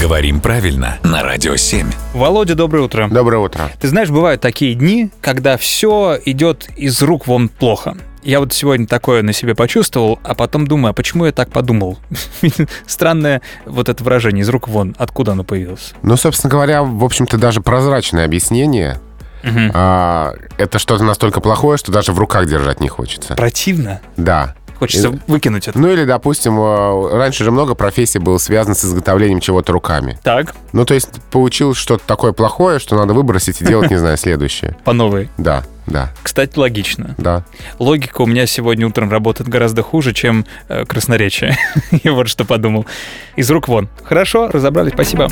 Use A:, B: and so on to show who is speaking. A: Говорим правильно на Радио 7.
B: Володя, доброе утро.
C: Доброе утро.
B: Ты знаешь, бывают такие дни, когда все идет из рук вон плохо. Я вот сегодня такое на себе почувствовал, а потом думаю, а почему я так подумал? Странное вот это выражение из рук вон, откуда оно появилось?
C: Ну, собственно говоря, в общем-то, даже прозрачное объяснение. а, это что-то настолько плохое, что даже в руках держать не хочется.
B: Противно.
C: Да.
B: Хочется выкинуть это.
C: Ну или, допустим, э, раньше же много профессий было связано с изготовлением чего-то руками.
B: Так,
C: Ну, то есть получилось что-то такое плохое, что надо выбросить и делать, не знаю, следующее.
B: по новой.
C: Да, да,
B: Кстати, логично.
C: да.
B: Логика у меня сегодня утром работает гораздо хуже, чем э, красноречие. Я вот что подумал. Из рук вон. Хорошо, разобрались, спасибо.